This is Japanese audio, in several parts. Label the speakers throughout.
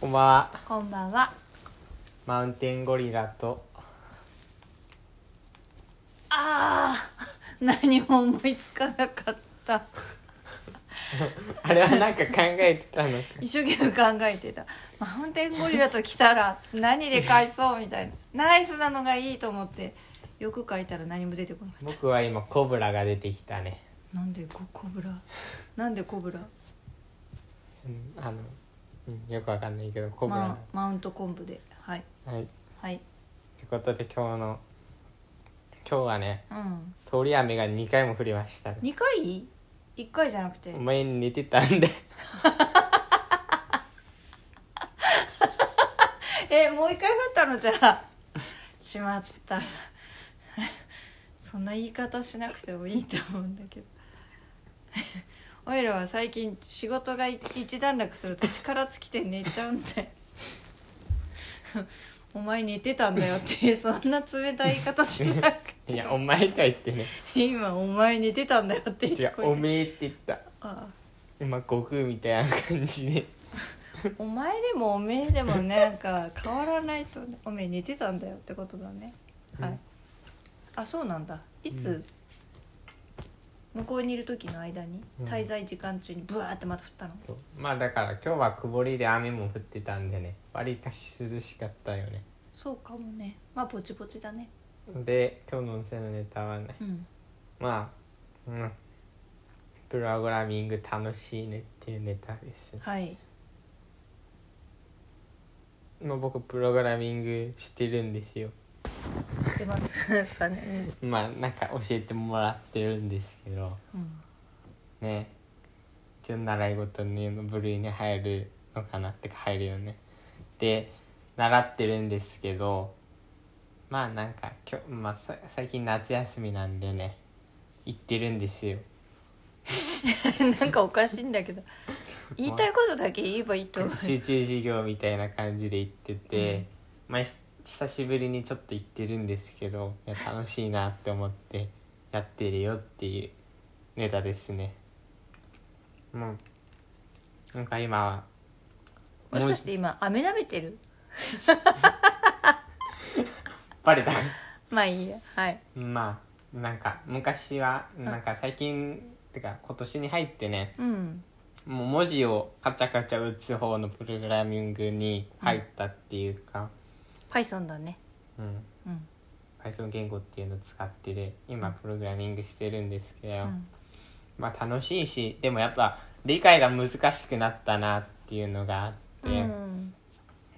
Speaker 1: こんばんは
Speaker 2: こんばんは。
Speaker 1: マウンテンゴリラと
Speaker 2: ああ、 何も思いつかなかった。
Speaker 1: あれはなんか考えてた のか
Speaker 2: 一生懸命考えてた。マウンテンゴリラと来たら何で返そうみたいな。ナイスなのがいいと思って、よく書いたら何も出てこなかっ
Speaker 1: 僕は今コブラが出てきたね
Speaker 2: た。なんでココブラなんでコブラ
Speaker 1: うんあの、うん、よくわかんないけどコブラ、
Speaker 2: マウマウントコンブで。はい。
Speaker 1: はい
Speaker 2: はい。
Speaker 1: ということで今日の今日はね
Speaker 2: うん。
Speaker 1: 通り雨が2回も降りましたね
Speaker 2: 2回 ?1 回じゃなくて
Speaker 1: お。前寝てた んで
Speaker 2: え、もう1回降ったのじゃあ。しまった。 そんな言い方しなくてもいいと思うんだけど。おいらは最近仕事が一段落すると力尽きて寝ちゃうんだよ。お前寝てたんだよっていうそんな冷たい言い方しなくて
Speaker 1: いやお前とは言ってね
Speaker 2: 今お前寝てたんだよって
Speaker 1: 違う
Speaker 2: 聞こえて
Speaker 1: おめえって言った
Speaker 2: あ
Speaker 1: 今悟空みたいな感じで
Speaker 2: あお前でもおめえでもなんか変わらないとねおめえ寝てたんだよってことだねはい、
Speaker 1: うん
Speaker 2: あそうなんだいつ、向こうにいる時の間に
Speaker 1: うん
Speaker 2: 滞在時間中にブワーってまた降ったの、
Speaker 1: そうまあだから今日は曇りで雨も降ってたんでねわりかし涼しかったよね
Speaker 2: そうかもねまあぼちぼちだね
Speaker 1: で今日のお店のネタはね
Speaker 2: うん
Speaker 1: まあうんプログラミング楽しいねっていうネタです
Speaker 2: はい
Speaker 1: もう僕プログラミングしてるんですよ
Speaker 2: してます だね、
Speaker 1: まあなんか教えてもらってるんですけど
Speaker 2: うん、
Speaker 1: ね一応習い事の部類に入るのかなってか入るよねで習ってるんですけどまあなんかきょ、まあ、さ最近夏休みなんでね行ってるんですよ
Speaker 2: なん かおかしいんだけど言いたいことだけ言えばいいと思 う
Speaker 1: 集中授業みたいな感じで行ってて、まあひ久しぶりにちょっと行ってるんですけどいや楽しいなって思ってやってるよっていうネタですねもうなんか今は
Speaker 2: もしかして今飴舐めてる
Speaker 1: バレた
Speaker 2: まあいいやはい
Speaker 1: まあなんか昔はなんか最近てか今年に入ってね
Speaker 2: うん
Speaker 1: もう文字をカチャカチャ打つ方のプログラミングに入ったっていうか、
Speaker 2: Python だね
Speaker 1: うん、
Speaker 2: うん、
Speaker 1: Python 言語っていうのを使ってで今プログラミングしてるんですけど、
Speaker 2: うん
Speaker 1: まあ楽しいしでもやっぱ理解が難しくなったなっていうのがあって、
Speaker 2: うん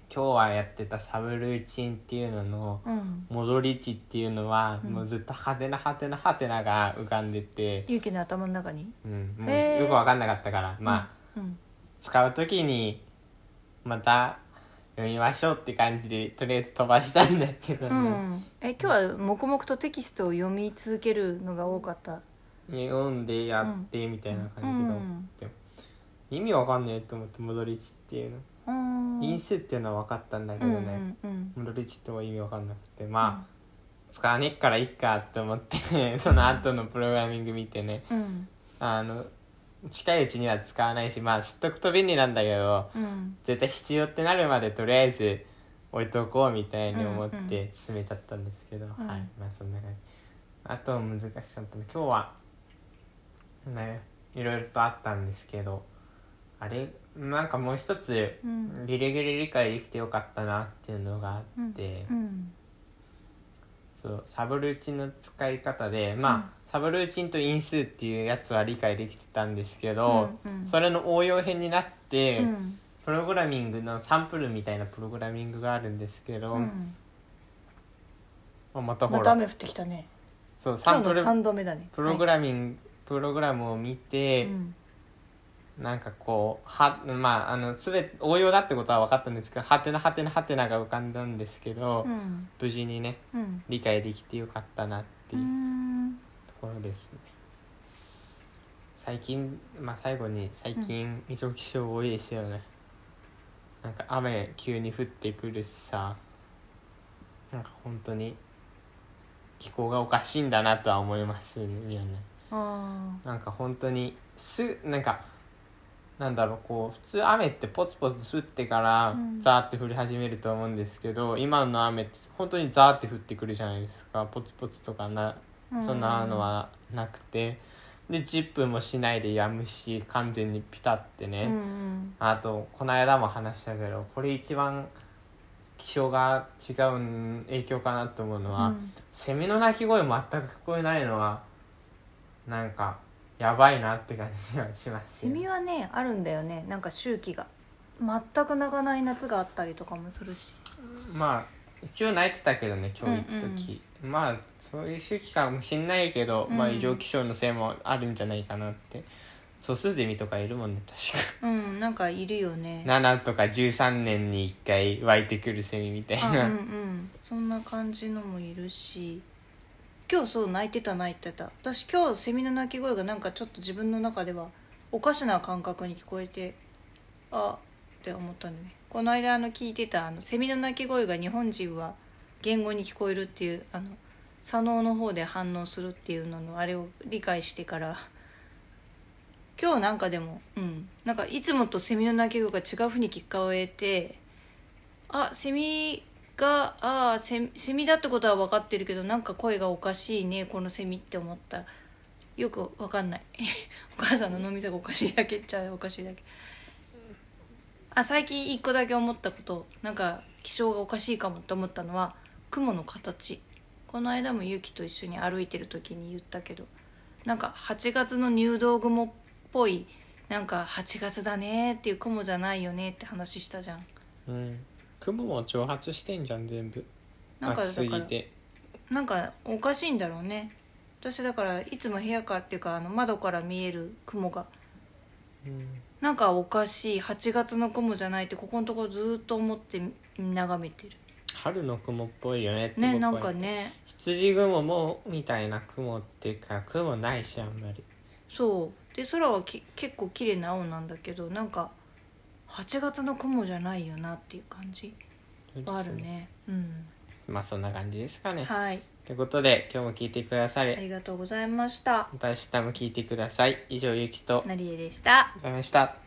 Speaker 1: 今日はやってたサブルーチンっていうのの
Speaker 2: うん、
Speaker 1: 戻り値っていうのは、
Speaker 2: うん
Speaker 1: もうずっとハテナハテナハテナが浮かんでて、
Speaker 2: ゆうきの頭の中に
Speaker 1: うん、も
Speaker 2: へ
Speaker 1: う
Speaker 2: ー
Speaker 1: よく分かんなかったから、まあ
Speaker 2: うん
Speaker 1: 使う時にまた読みましょうって感じでとりあえず飛ばしたんだけど
Speaker 2: う
Speaker 1: ね、
Speaker 2: ん、え今日は黙々とテキストを読み続けるのが多かった
Speaker 1: 読んでやってみたいな感じが、
Speaker 2: うん
Speaker 1: 意味わかんねえと思って戻り値っていうの、
Speaker 2: うん
Speaker 1: 因数っていうのは分かったんだけど
Speaker 2: うん
Speaker 1: ね、
Speaker 2: うんうん
Speaker 1: 戻り値っても意味わかんなくてまあ、使わねえからいっかって思って その後のプログラミング見てね
Speaker 2: うん
Speaker 1: あの近いうちには使わないしまあ知っとくと便利なんだけど、
Speaker 2: うん
Speaker 1: 絶対必要ってなるまでとりあえず置いとこうみたいに思っ
Speaker 2: うんうん
Speaker 1: て進めちゃったんですけど、
Speaker 2: うん
Speaker 1: はいまあそんな感じあと難しかったの今日はねいろいろとあったんですけどあれなんかもう一つ
Speaker 2: うん
Speaker 1: ギリギリ理解できてよかったなっていうのがあって、
Speaker 2: うん
Speaker 1: そうサブルーチンの使い方でまあ、サブルーチンと因数っていうやつは理解できてたんですけど、
Speaker 2: うんうん
Speaker 1: それの応用編になって、
Speaker 2: うん
Speaker 1: プログラミングのサンプルみたいなプログラミングがあるんですけど、
Speaker 2: うん
Speaker 1: まあまたほ
Speaker 2: また
Speaker 1: ら、
Speaker 2: 雨降ってきたね
Speaker 1: そうサン
Speaker 2: 今日
Speaker 1: プ
Speaker 2: の
Speaker 1: ル
Speaker 2: 三度目だね
Speaker 1: プログラミング、プログラムを見
Speaker 2: は
Speaker 1: て
Speaker 2: い、うん
Speaker 1: なんかこうはまああの全て応用だってことは分かったんですけどはてなはてなはてなが浮かんだんですけど、
Speaker 2: うん
Speaker 1: 無事にね
Speaker 2: うん
Speaker 1: 理解できてよかったなって
Speaker 2: う
Speaker 1: い
Speaker 2: ー
Speaker 1: ううんところですね。最近まあ最後に最近異常気象多いですよね。なんか雨急に降ってくるしさなんか本当に気候がおかしいんだなとは思いますよね
Speaker 2: あ
Speaker 1: なんか本当にすなんかなんだろうこう普通雨ってポツポツ降ってから
Speaker 2: うん
Speaker 1: ザーって降り始めると思うんですけど、今の雨って本当にザーって降ってくるじゃないですかポツポツとかな
Speaker 2: うん
Speaker 1: そんなのはなくて、で10分もしないでやむし完全にピタって
Speaker 2: う
Speaker 1: ね、
Speaker 2: んうん
Speaker 1: あとこの間も話したけどこれ一番気象が違うん影響かなと思うのは、
Speaker 2: うん
Speaker 1: セミの鳴き声全く聞こえないのはなんかやばいなって感じはします
Speaker 2: セ
Speaker 1: よ
Speaker 2: ミはねあるんだよねなんか周期が全く鳴かない夏があったりとかもするし
Speaker 1: まあ一応泣いてたけどね教育時、まあそういう周期かもしんないけど、
Speaker 2: うん
Speaker 1: まあ異常気象のせいもあるんじゃないかなって素数ゼミとかいるもんね確か
Speaker 2: うんなんかいるよね
Speaker 1: 7とか13年に1回湧いてくるセミみたい
Speaker 2: あ
Speaker 1: な、
Speaker 2: うんうんそんな感じのもいるし今日そう泣いてた泣いてた私今日セミの鳴き声がなんかちょっと自分の中ではおかしな感覚に聞こえてあって思ったんだねこの間あの聞いてたあのセミの鳴き声が日本人は言語に聞こえるっていうあの左脳の方で反応するっていうののあれを理解してから今日なんかでもうんなんかいつもとセミの鳴き声が違うふうに聞こえてあセミがあーセミセミだってことは分かってるけどなんか声がおかしいねこのセミって思ったよく分かんない お母さんの脳みそがおかしいだけっちゃおかしいだけあ最近一個だけ思ったことなんか気象がおかしいかもって思ったのは雲の形この間もゆきと一緒に歩いてる時に言ったけどなんか8月の入道雲っぽいなんか8月だねっていう雲じゃないよねって話したじゃん
Speaker 1: うん、雲も蒸発してんじゃん全部
Speaker 2: なんか
Speaker 1: 暑す
Speaker 2: だか
Speaker 1: ぎ
Speaker 2: ら
Speaker 1: て
Speaker 2: なんかおかしいんだろうね私だからいつも部屋からっていうかあの窓から見える雲が
Speaker 1: うん
Speaker 2: なんかおかしい8月の雲じゃないってここのところずーっと思って眺めてる
Speaker 1: 春の雲っぽいよね
Speaker 2: ね
Speaker 1: 雲
Speaker 2: な
Speaker 1: っぽ
Speaker 2: ん
Speaker 1: い
Speaker 2: かね
Speaker 1: 羊雲もみたいな雲っていうか雲ないしあんまり
Speaker 2: そうで空はき結構綺麗な青なんだけどなんか8月の雲じゃないよなっていう感じはあるねうん
Speaker 1: まあそんな感じですかね、
Speaker 2: はい
Speaker 1: ということで今日も聞いてくださ
Speaker 2: あ
Speaker 1: り
Speaker 2: りがとうございました
Speaker 1: また明日も聞いてください以上ゆきと
Speaker 2: なりえでした
Speaker 1: ございました